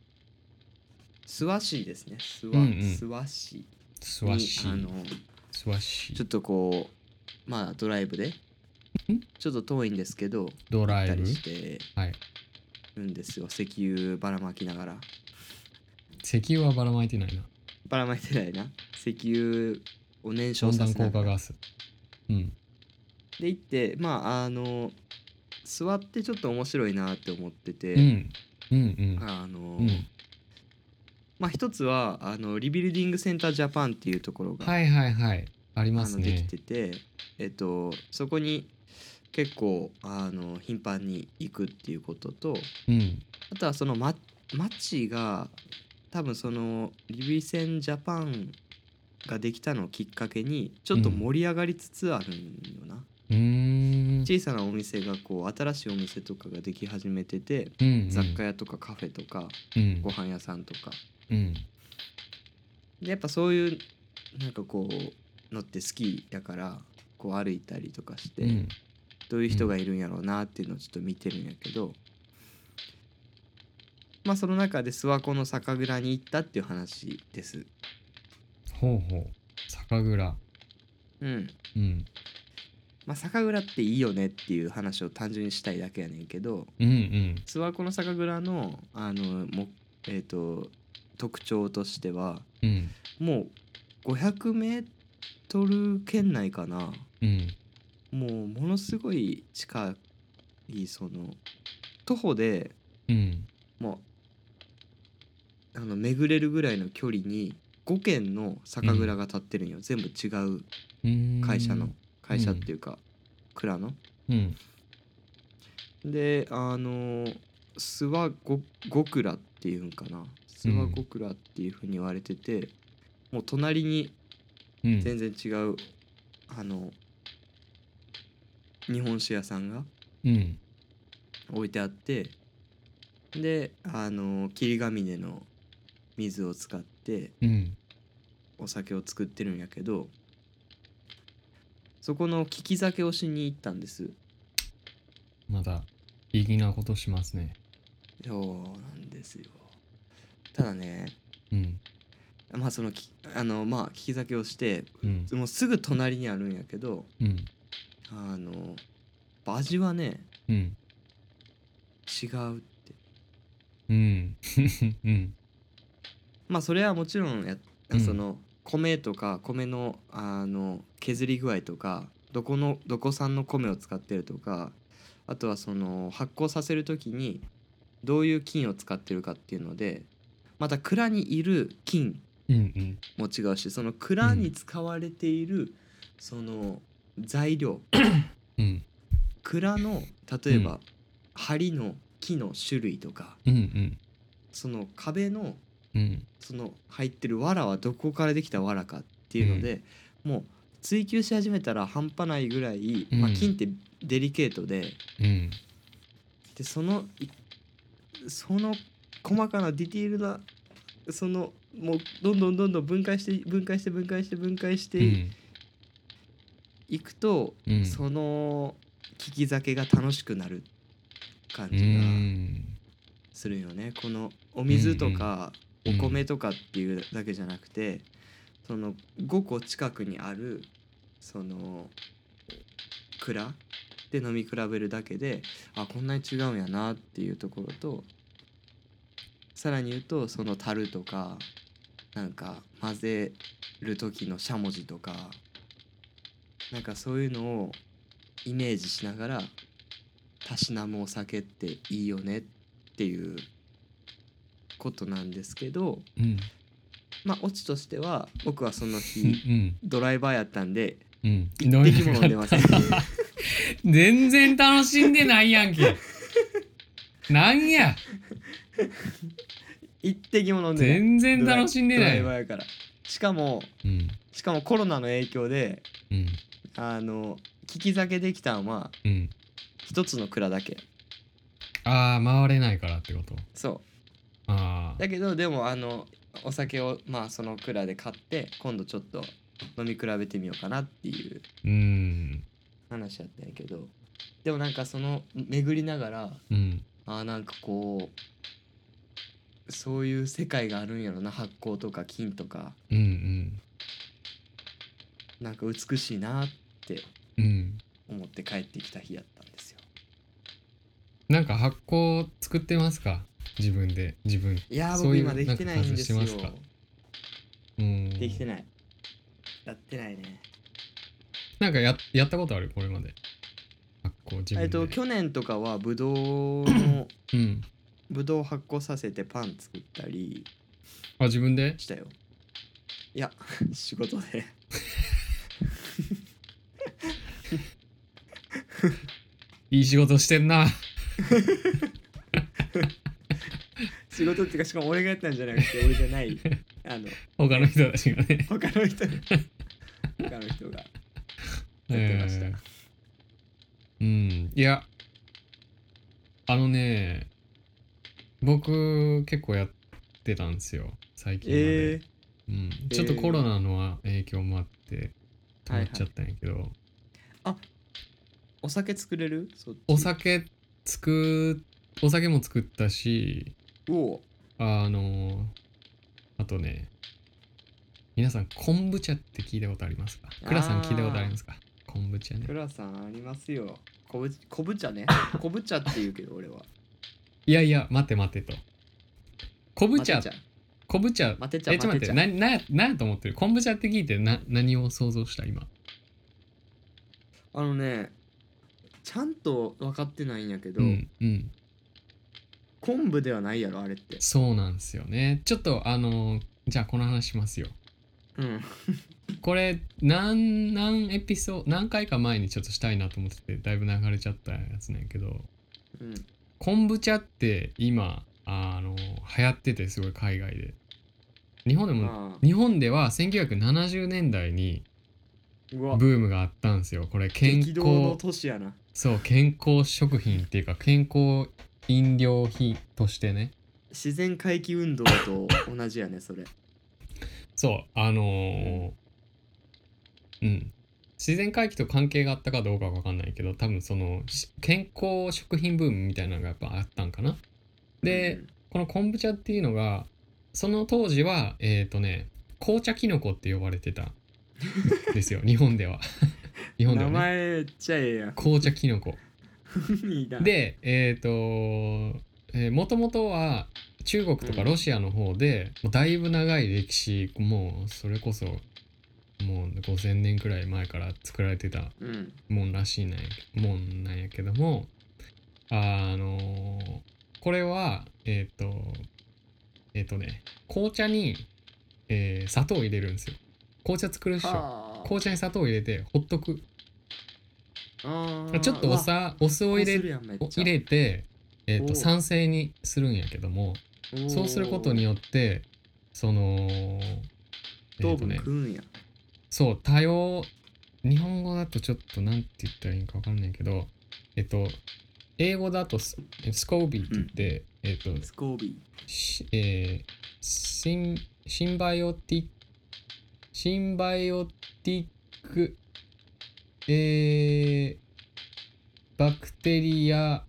B: 諏訪市ですね諏
C: うん
B: 訪,、
C: うん
B: 諏訪市
C: 諏訪
B: に
C: 市
B: あの
C: 諏訪市
B: ちょっとこうまあドライブで
C: ん
B: ちょっと遠いんですけど
C: ド
B: 行
C: ラ
B: った
C: イブ
B: りして
C: はい
B: るんですよ石油ばらまきながら
C: 石油はばらまいてないな
B: ばらまいてないな石油を燃焼
C: 温
B: さ
C: 暖
B: せな
C: 効
B: が
C: 果
B: ら
C: ガスうん
B: で行ってまああの座ってちょっと面白いなって思ってて、
C: うんうん
B: あの、
C: うんうん
B: まあ一つはあのリビルディングセンタージャパンっていうところが、
C: はいはいはいありま
B: あ
C: す
B: のでき
C: ね
B: てて、えっと、そこに結構あの頻繁に行くっていうことと
C: うん
B: あとはその、ま、町が多分そのリビセンジャパンができたのをきっかけにちょっと盛り上がりつつあるんよな。
C: うーん
B: 小さなお店がこう新しいお店とかができ始めてて
C: うんうん
B: 雑貨屋とかカフェとか
C: うん
B: ご飯屋さんとか
C: うん
B: でやっぱそういうなんかこうのって好きだからこう歩いたりとかして、
C: うん
B: どういう人がいるんやろうなっていうのをちょっと見てるんやけど、まあその中で諏訪湖の酒蔵に行ったっていう話です。
C: ほうほう酒蔵
B: うん
C: うん
B: まあ、酒蔵っていいよねっていう話を単純にしたいだけやねんけど、
C: うんうん
B: 諏訪湖の酒蔵のあのも、えー、と特徴としては
C: うん
B: もう 500m 圏内かな
C: うん
B: もうものすごい近いその徒歩で
C: うん
B: もうあの巡れるぐらいの距離に5軒の酒蔵が建ってるんよ、全部違う
C: うーん
B: 会社の会社っていうか、蔵の。
C: うん
B: であの諏訪ご五倉っていうんかな諏訪五倉っていうふうに言われてて、もう隣に
C: うん
B: 全然違う、あの日本酒屋さんが
C: うん
B: 置いてあってであの霧ヶ峰の水を使って
C: うん
B: お酒を作ってるんやけどそこの利き酒をしに行ったんです。
C: まだ意義なことしますね
B: そうなんですよただね
C: うん
B: まあそのきあのまあ聞き酒をして
C: うん
B: もうすぐ隣にあるんやけど
C: うん
B: あのやっぱ味はね
C: うん
B: 違うって
C: うんうん
B: まあそれはもちろんや、
C: うん
B: その米とか米のあの削り具合とかどこのどこ産の米を使ってるとかあとはその発酵させる時にどういう菌を使ってるかっていうのでまた蔵にいる菌
C: うんうん
B: も違うしその蔵に使われているその材料、
C: うん
B: 蔵の例えば、
C: うん
B: 梁の木の種類とか
C: うんうん
B: その壁の
C: うん
B: その入ってる藁はどこからできた藁かっていうので、もう追求し始めたら半端ないぐらい、
C: うん
B: まあ、金ってデリケートで
C: うん
B: でそのいその細かなディティールなそのもうどんどんどんどん分解して分解して分解して分解していくと、
C: うん
B: その聞き酒が楽しくなる感
C: う
B: じが。
C: ん
B: するよねこのお水とか
C: う
B: お
C: んうん
B: 米とかっていうだけじゃなくて、その5個近くにあるその蔵で飲み比べるだけであこんなに違うんやなっていうところとさらに言うとその樽とかなんか混ぜる時のしゃもじとかなんかそういうのをイメージしながらたしなむお酒っていいよねっていうことなんですけど
C: うん
B: まあオチとしては僕はその
C: うん
B: 日ドライバーやったんで
C: うん
B: 一滴も飲んでません
C: 全然楽しんでないやんけなんや
B: 一 滴も飲んでない
C: 全然楽しんでな
B: ドライド
C: い
B: ライバーやからしかも
C: うん
B: しかもコロナの影響で
C: うん
B: あの聞き酒できたんは
C: うん
B: 一つの蔵だけ
C: ああ回れないからってこと
B: そ
C: ああ
B: うだけどでもあのお酒をまあその蔵で買って今度ちょっと飲み比べてみようかなっていう
C: うん
B: 話やったんやけどでもなんかその巡りながら
C: うん
B: あーなんかこうそういう世界があるんやろな発酵とか金とか
C: うん
B: なんか美しいなって
C: うんうん
B: 思って帰ってきた日やったんですよ
C: なんか発酵作ってますか自分で自分
B: いやー
C: そう
B: 僕
C: いう
B: 今できてないんですよ
C: なんか感じしてますかうん
B: できてないやってないね
C: なんかややったことあるこれまで発酵自分で
B: えっと去年とかはぶどう の
C: うん
B: ぶどう発酵させてパン作ったり
C: あ自分で
B: したよいや 仕事で
C: いい仕事してんな
B: 仕事っていうかしかも俺がやったんじゃなくて俺じゃない あの
C: 他の人たちがね
B: 他の人が 他の人がやってました、
C: えーうんいやあのね僕結構やってたんですよ最近まで、
B: え
C: うん、ちょっとコロナの影響もあって止まっちゃったんやけど、
B: ー、お酒作れるそっち
C: お酒作お酒も作ったし
B: お
C: あのあとね皆さん昆布茶って聞いたことありますか倉さん聞いたことありますか昆布茶ね
B: クラさんありますよこぶこ ぶ茶ねこぶ茶って言うけど俺はい
C: やいや待て待てと昆布茶
B: 待て
C: 昆布茶
B: 待て茶
C: え、ちょっと待
B: 待
C: ってて、
B: 茶
C: な、な、なんやと思ってる昆布茶って聞いて、な、何を想像した今。
B: あのねちゃんと分かってないんやけど、
C: うん、うん。
B: 昆布ではないやろあれって
C: そうなんですよね。ちょっと、あのー、じゃあこの話しますよ。
B: うん
C: これ、何、何エピソード、何回か前にちょっとしたいなと思ってて、だいぶ流れちゃったやつなんやけど、
B: うん
C: 昆布茶って今、あのー、流行ってて、すごい海外で。日本でも、
B: まあ
C: 日本では1970年代に
B: う
C: ブ
B: わ
C: ームがあったんですよ。これ、健
B: 激
C: 康。
B: 動の都市やな
C: そう健康食品っていうか健康飲料品としてね
B: 自然回帰運動と同じやねそれ
C: そうあのーうん、自然回帰と関係があったかどうかは分かんないけど多分そのし健康食品ブームみたいなのがやっぱあったんかなで、この昆布茶っていうのがその当時はえっ、とね紅茶キノコって呼ばれてたんですよ日本では 日本で
B: 名
C: は、ね、
B: 前ちゃええや
C: 紅茶キノコ
B: んいいな
C: でえっ、とえー、もともとは中国とかロシアの方で、もうだいぶ長い歴史もうそれこそもう5,000年くらい前から作られてた
B: うん
C: もんらしいなんやけもんなんやけどもあのこれはえっ、とえっ、とね紅茶に、えー砂糖を入れるんですよ紅茶作るっしょ
B: は
C: 紅茶に砂糖を入れてほっとく
B: ああ
C: ちょっとお
B: を
C: さお酢を入れ入れて、えー、
B: お
C: と
B: う
C: 酸性にするんやけどもそうすることに
B: っ
C: よってその
B: て糖
C: と
B: 分食うんや
C: そう多様日本語だとちょっとなんて言ったらいいんか分かんないけどえっと英語だとススコービーって言って、えっと
B: スコービ
C: しえーシンシンバイオティシンバイオティックえーバクテリア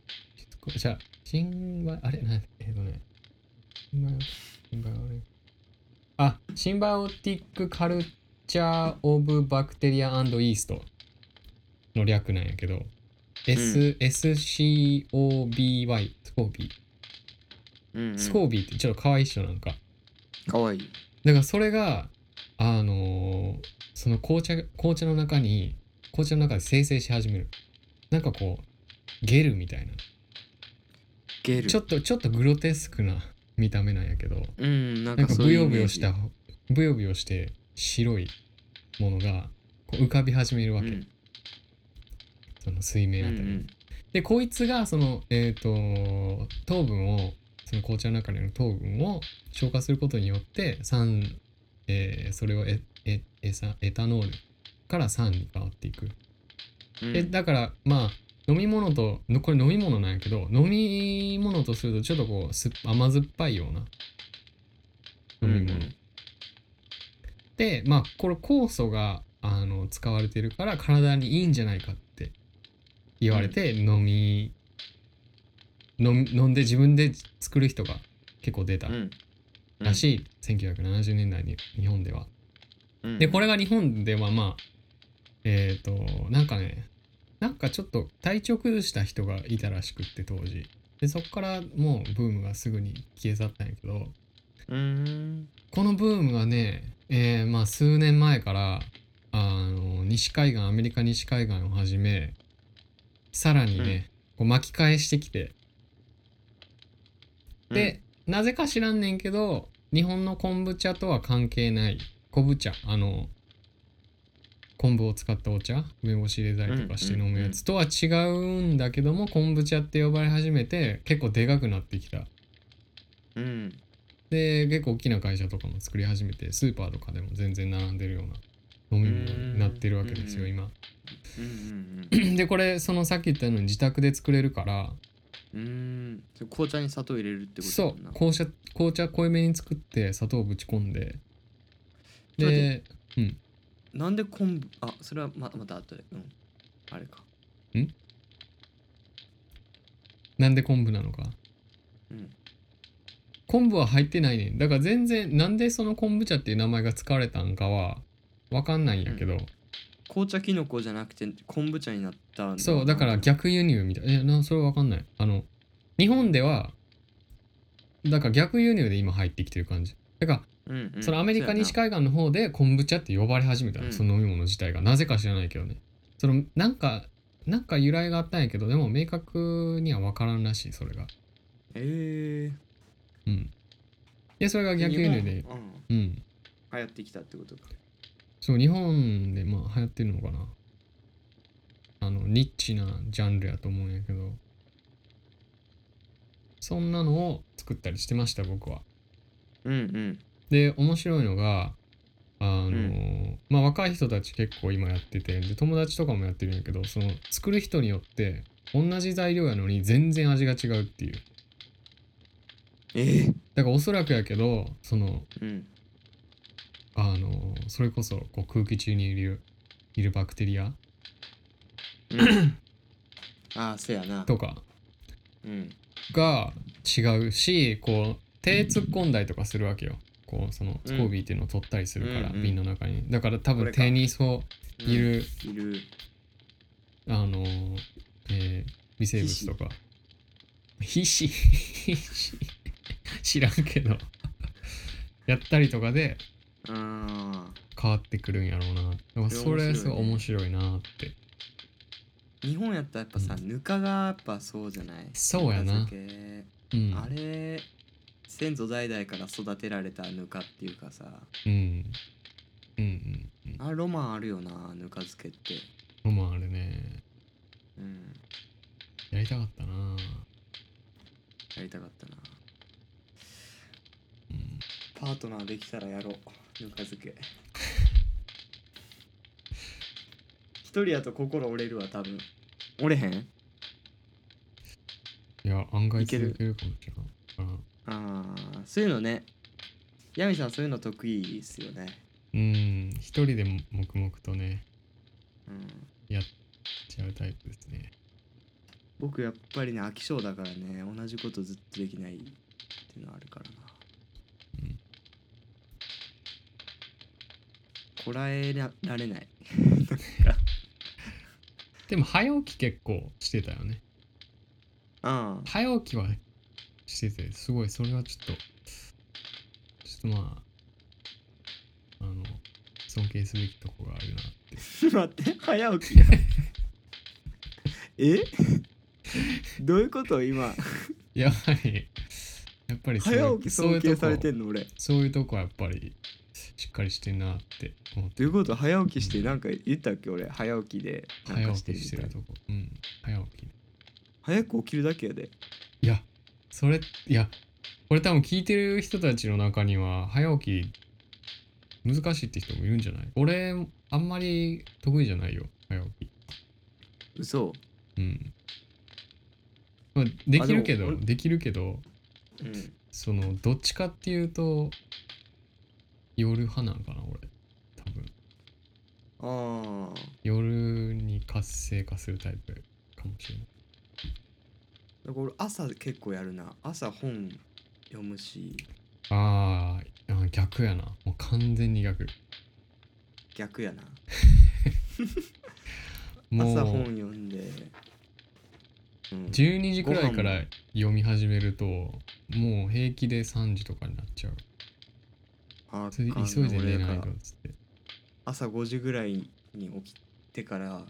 C: じゃあシンバイあれなんえっとねシンバイオシンバイオあシンバイオティックカルチャー・オブ・バクテリア・アンド・イーストの略なんやけど、S SCOBY スコービー
B: ーうんうん
C: スコービーってちょっと可愛いっしょなんか
B: かわいい
C: だからそれがあのーその紅茶紅茶の中に紅茶の中で生成し始めるなんかこうゲルみたいな
B: ゲル
C: ちょっとちょっとグロテスクな見た目なんやけど
B: うんなん
C: なん
B: か
C: か
B: そう
C: ブ
B: いう
C: ヨ
B: イ
C: ブ
B: メー
C: ヨ
B: ジ
C: したブヨブヨして白いものがこう浮かび始めるわ
B: う
C: け、
B: ん
C: その水
B: う
C: 面あたりに、
B: ん
C: でこいつがそのえっ、と糖分をその紅茶の中にある糖分を消化することによって酸、えーそれをエエエサエタノールから酸に変わっていく、
B: うん
C: でだからまあ飲み物とのこれ飲み物なんやけど飲み物とするとちょっとこう酸っ甘酸っぱいような飲み物、
B: うんうん
C: でまあこれ酵素があの使われてるから体にいいんじゃないかって言われて飲み、飲み飲んで自分で作る人が結構出た
B: うん
C: らしい、1970年代に日本では。
B: うん
C: でこれが日本ではまあえっ、となんかねなんかちょっと体調崩した人がいたらしくって当時でそこからもうブームがすぐに消え去ったんやけど
B: うん
C: このブームがね、えーまあ、数年前からあの西海岸アメリカ西海岸をはじめさらにね、こう巻き返してきてで、なぜか知らんねんけど日本の昆布茶とは関係ない昆布茶あの昆布を使ったお茶梅干し入れたりとかして飲むやつとは違うんだけども、昆布茶って呼ばれ始めて結構でかくなってきた
B: うんうん
C: で結構大きな会社とかも作り始めてスーパーとかでも全然並んでるような飲み物になってるわけですよ
B: うん
C: 今。
B: うん
C: でこれそのさっき言ったように自宅で作れるから
B: うんうんそれ紅茶に砂糖入れるってこと
C: そう
B: やんな
C: 紅茶紅茶濃いめに作って砂糖をぶち込んで
B: ちょっと待
C: で
B: なんで昆布あそれはままた後でうんあれか
C: なんで昆布なのか
B: うん
C: 昆布は入ってないねんだから全然なんでその昆布茶っていう名前が使われたんかはわかんないんやけど、
B: 紅茶キノコじゃなくて昆布茶になったの
C: そうだから逆輸入みたいいやなそれわかんないあの日本ではだから逆輸入で今入ってきてる感じだから
B: うんうん
C: そのアメリカ西
B: そう
C: 海岸の方で昆布茶って呼ばれ始めたの、
B: うん
C: その飲み物自体がなぜか知らないけどねそのなんかなんか由来があったんやけどでも明確には分からんらしいそれが
B: やなえ
C: うんでそれが
B: え
C: 逆輸入で
B: うん
C: うん
B: 流行ってきたってことか
C: そう日本でまあ流行ってるのかなあのニッチなジャンルやと思うんやけどそんなのを作ったりしてました僕は
B: うんうん
C: で面白いのがあの、
B: うん
C: まあ若い人たち結構今やっててで友達とかもやってるんやけどその作る人によって同じ材料やのに全然味が違うっていう
B: ええ
C: だからおそらくやけどその
B: うん
C: あのそれこそこう空気中にいるいるバクテリア
B: うんああせやな
C: とか
B: うん
C: が違うしこう手突っ込んだりとかするわけよ構そのスコービーっていうのを取ったりするから、
B: うんうん
C: 瓶の中にだから多
B: こ
C: 分
B: れか
C: テニスを
B: うん
C: いる、
B: いる
C: あのーえー微生物とか皮脂皮脂知らんけどやったりとかで
B: あ
C: 変わってくるんやろうなだからそれすごい面白いなって
B: ー日本やったらやっぱさ、
C: う
B: ぬかがやっぱそうじゃない
C: そうやな
B: ぬか漬
C: うん
B: けあれ先祖代々から育てられたぬかっていうかさ
C: うんうんうんうん
B: あロマンあるよなぬか漬けって
C: ロマンあるね
B: うん
C: やりたかったな
B: やりたかったな
C: うん
B: パートナーできたらやろうぬか漬け 一人やと心折れるわ多分折れへん
C: いや案外
B: いける
C: 続けるかもしれないから
B: ああそういうのねヤミさんそういうの得意っすよね
C: うん一人でも黙々とね
B: うん
C: やっちゃうタイプですね
B: 僕やっぱりね飽き性だからね同じことずっとできないっていうのはあるからな
C: うん
B: こらえられない
C: でも早起き結構してたよね
B: ああ
C: 早起きはしててすごいそれはちょっとちょっとまああの尊敬すべきとこがあるなって
B: 待って早起きが えどういうこと今
C: やはりやっぱりそういう
B: 早起き尊敬されてんの俺
C: そういうとこそういうとこはやっぱりしっかりしてんなって思って
B: どういうこと早起きしてなんか言ったっけ俺早起きでなん
C: 早
B: か
C: 起きしてる
B: みたい
C: とこうん早起き
B: 早く起きるだけやで
C: いやそれいやこれ多分聞いてる人たちの中には早起き難しいって人もいるんじゃない俺あんまり得意じゃないよ早起き
B: 嘘
C: うん。まあ、できるけ
B: あで
C: ど、
B: も俺
C: できるけど、
B: うん
C: その、どっちかっていうと、夜派なんかな、俺。多分。
B: ああ
C: 夜に活性化するタイプかもしれない。
B: だから俺朝結構やるな朝本読むし
C: あーあ、逆やな。もう完全に逆。
B: 逆やな
C: も
B: 朝本
C: う、
B: 読んで、うん、
C: 12時くらいか
B: ご飯
C: ら読み始めると、もう平気で3時とかになっちゃう。
B: あ
C: それで
B: あの
C: 急いで寝
B: 俺だか
C: ない
B: ら
C: とっつって。
B: 朝5時ぐらいに起きてから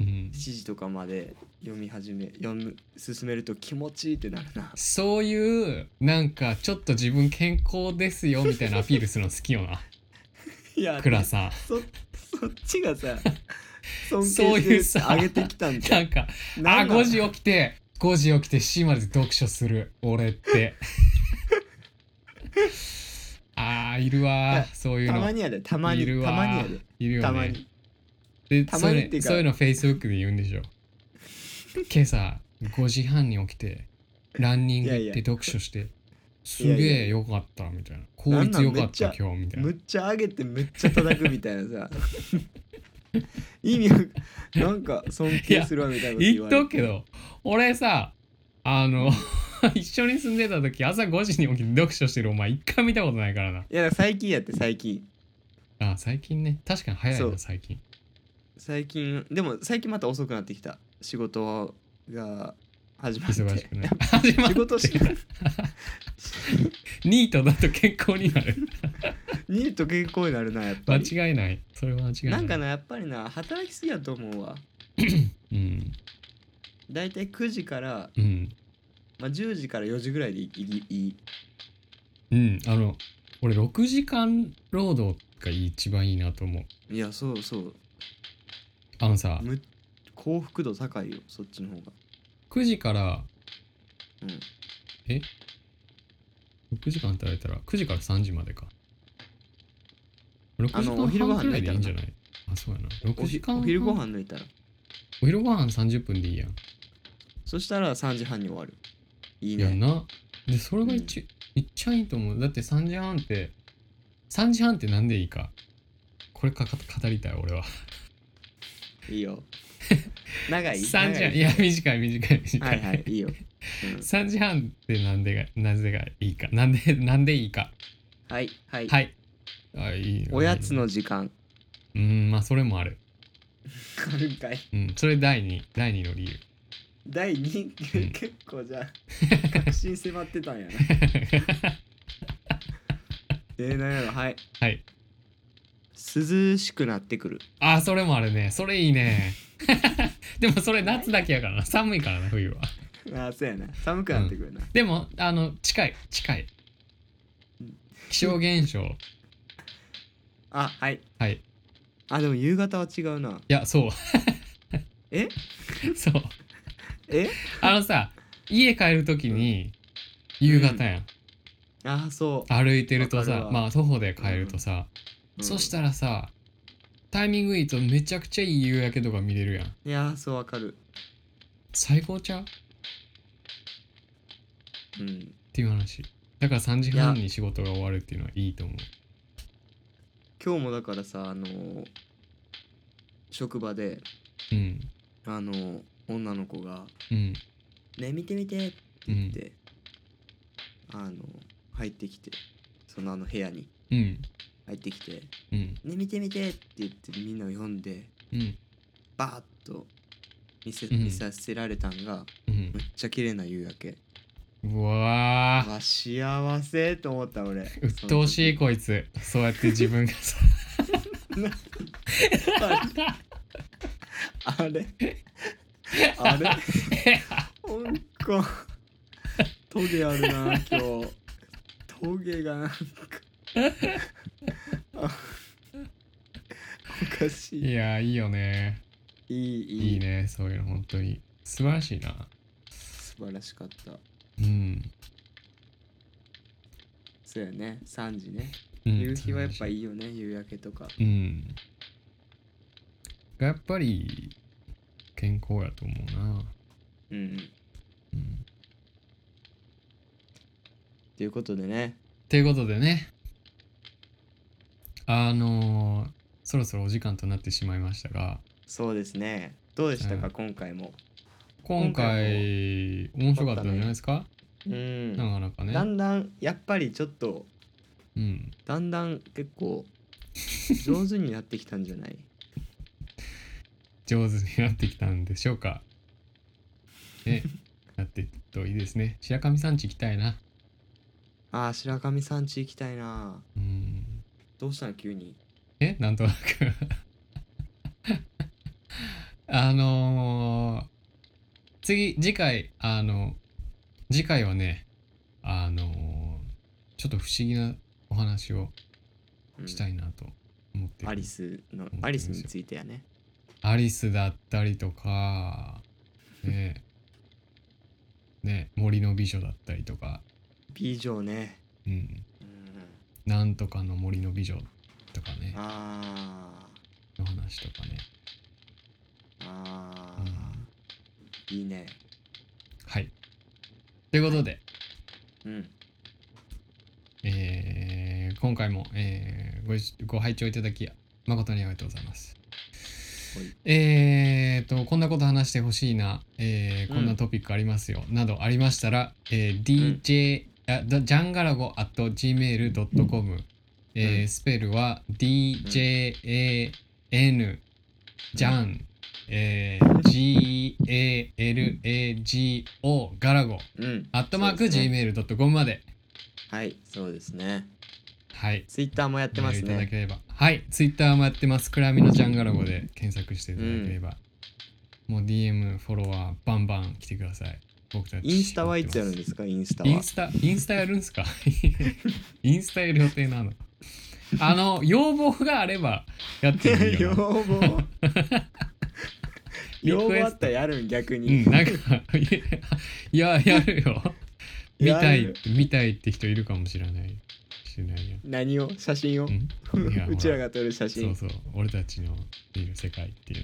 C: うん
B: 7。時とかまで読み始め読む進めると気持ちいいってなるな
C: そういうなんかちょっと自分健康ですよみたいなアピールするの好きよ な
B: いや
C: クラさん
B: そそっち がさ尊
C: そういう
B: 敬して
C: さ
B: 上げてきたんじゃ
C: なんんか
B: な
C: あ
B: んなの
C: 5時起きて5時起きて7まで読書する俺って あーいる
B: い
C: わ
B: や
C: ーそういう
B: た
C: の
B: まにやでたま
C: い
B: に
C: るわ
B: た
C: ー
B: まにやで
C: いるよね
B: たまに
C: で
B: たまにっていうか
C: そういうのそういうの Facebook で言うんで しょ今朝5時半に起きてランニング
B: い
C: 行っ
B: や
C: て
B: いや
C: 読書してす
B: いやい
C: げ
B: や
C: えよかったみたいな効率よかった
B: なんなんめっちゃ
C: 今日みたいな
B: むっちゃ上げてむっちゃ叩くみたいなさ意味わなんか尊敬するわみたいなこと言
C: 言っ
B: われ
C: と
B: る
C: くけど俺さあの 一緒に住んでた時朝5時に起きて読書してるお前一回見たことないからない
B: や最近やって最近
C: あ最近ね確かに早い
B: そう
C: な最近
B: 最近でも最近また遅くなってきた仕事が始まって
C: 忙しくね 始まっ
B: 仕事してて
C: からニートだと健康になる
B: 見ると健康になるなやっぱり
C: 間違いないそれは間違いな
B: ないんかなやっぱりな働きすぎやと思うわ
C: うん
B: だいたい9時から、
C: うん
B: まあ、10時から4時ぐらいでいいいい
C: うんあの俺6時間労働が一番いいなと思う
B: いやそうそう
C: あのさ
B: む幸福度高いよそっちの方が
C: 9時から
B: うん
C: 6時間働いたら9時から3時までか6時
B: あの
C: 間
B: お昼ご
C: 半
B: 飯
C: くらいでいいん
B: 抜
C: じゃ
B: いたら
C: ないあそうやな6
B: お
C: 時
B: ひ
C: 間
B: お昼ご飯抜いたら
C: お昼ご飯30分でいいやん
B: そしたら3時半に終わるいい
C: いや
B: ね
C: なでそれが一、一番いいと思うだって3時半って3時半ってなんでいいかこれかか語りたい俺はい
B: いよ 長い
C: 3時
B: 長
C: 半いや短い短い短い、
B: はいはいいいよ、
C: 3時半ってなんでがなぜがいいかなんでなんでいいか
B: はいはい、
C: はい。あいい
B: おやつ。の時間
C: うん、まあそれもある。
B: あるんかい
C: うん、それ第二第二の理由。
B: 第2
C: うん
B: 結構じゃあ確信迫ってたん やなえー、なんやろはい
C: はい。
B: 涼しくなってくる
C: あそれもあるね。それいいね。 でもそれ夏だけやからな。寒いからな、冬は。
B: あーそうやな寒くなってくるな、
C: でも、あの、近い、近い。気象現象。
B: あはい
C: はい。い
B: あでも夕方は違うな
C: や、そう。
B: え
C: そう。
B: え
C: あのさ、家帰るときに、夕方やん。
B: あーそ
C: 歩いてると
B: わかる
C: さ
B: わ
C: まあ徒歩で帰るとさ、
B: う、うん
C: そしたらさタイミングいいとめちゃくちゃいい夕焼けとか見れるやん
B: いやーそうわかる
C: 最高ちゃうっ
B: うん
C: ていう話だから3時半に仕事が終わるっていうのはいいと思う
B: 今日もだからさあのー職場で
C: うん
B: あのー女の子が
C: うん
B: 「ね見て見て」って言って、あのー入ってきてそのあの部屋に
C: うん
B: 入ってきて
C: うん
B: 「ね見て見て」って言ってみんなを読んで
C: うん
B: バーッと見せ
C: うん
B: 見させられたんが、
C: うん
B: めっちゃ綺麗な夕焼け
C: うわー
B: わ幸せと思った俺
C: 鬱陶しい
B: 子
C: こいつそうやって自分が さ
B: あれあれなんかトゲあるな今日トゲがなんかあおかし
C: い
B: い
C: やいいよね
B: いいいい
C: いいねそういうの本当に素晴らしいな
B: 素晴らしかった
C: うん、
B: そうやね3時ね
C: うん、
B: 夕日はやっぱ
C: い
B: いいよね夕焼けとか
C: うん。がやっぱり健康やと思うな。
B: うんうん
C: うん。
B: ということでね
C: ということでね、あのーそろそろお時間となってしまいましたが、
B: そうですねどうでしたか、
C: うん
B: 今回も
C: 今回面白かったんじゃないですか、
B: うん、
C: なかなか
B: だ
C: ね。
B: んだんやっぱりちょっと
C: うん。
B: だんだん結 構上手になってきたんじゃない
C: 上手になってきたんでしょうか。ね、なっていくといいですね。白神山地行きたいな。
B: ああ白神さん家行きたいな
C: うん。
B: どうしたの急に
C: えなんとなくあのー次次回あの次回はねあのーちょっと不思議なお話を
B: うん
C: したいなと思ってる
B: アリス
C: う
B: の
C: ん
B: アリスについてやね
C: アリスだったりとかねね森の美女だったりとか、
B: 美女ね、
C: うん、
B: うん、
C: なんとかの森の美女とかね
B: あ
C: の話とかね
B: ーあーいいね
C: はいということで
B: うん
C: えー今回も、えーご視ご拝聴いただき誠にありがとうございます。
B: はい
C: えーとこんなこと話してほしいな、えー
B: うん
C: こんなトピックありますよ、などありましたら、えー DJ、あだジャンガラゴ at gmail.com、えー
B: うん
C: スペルは DJAN、ジャン、えー GALAGO ガラゴ
B: うん
C: アットマーク
B: そうですね
C: gmail.com まで
B: はいそうですね
C: はい
B: ツイッターもやってます
C: メールいただ
B: ね
C: ければはいツイッターもやってますクラミのジャンガロゴで検索していただければ、もう DM フォロワーバンバン来てください僕たち
B: インスタはいつやるんですかインスタは
C: インスタインスタやるんすか インスタやる予定なのあの要望があればやってもいいよ
B: 要
C: な
B: 望
C: リクエスト
B: 要望あったらやるん逆
C: う
B: に
C: ん、なんかいや やるよ見
B: や
C: た
B: る
C: い見たいって人いるかもしれないしないよ、
B: 何を写真を
C: うんいやほら
B: うちらが撮る写
C: そうそ
B: 真
C: う俺たちのいる世界ってい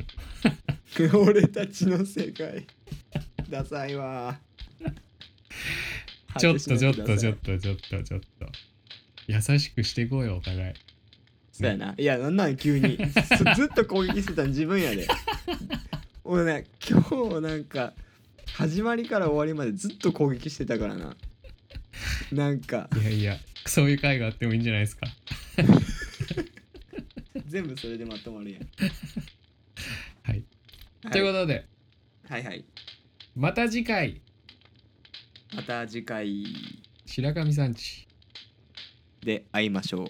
C: うの
B: 俺たちの世界ダサいわ
C: ちょっとちょっとちょっ
B: と
C: とちょっとちょっと優しくしていこうよお互い
B: そうやないやなんなん急にずずっと攻撃してたん自分 やで俺ね今日なんか始まりから終わりまでずっと攻撃してたからななんか
C: いやいやそういう会があってもいいんじゃないですか
B: 全部それでまとまるやん、
C: はい、
B: はい、
C: ということで
B: はいはい
C: また次回
B: また次回
C: 白神さんち
B: で会いましょう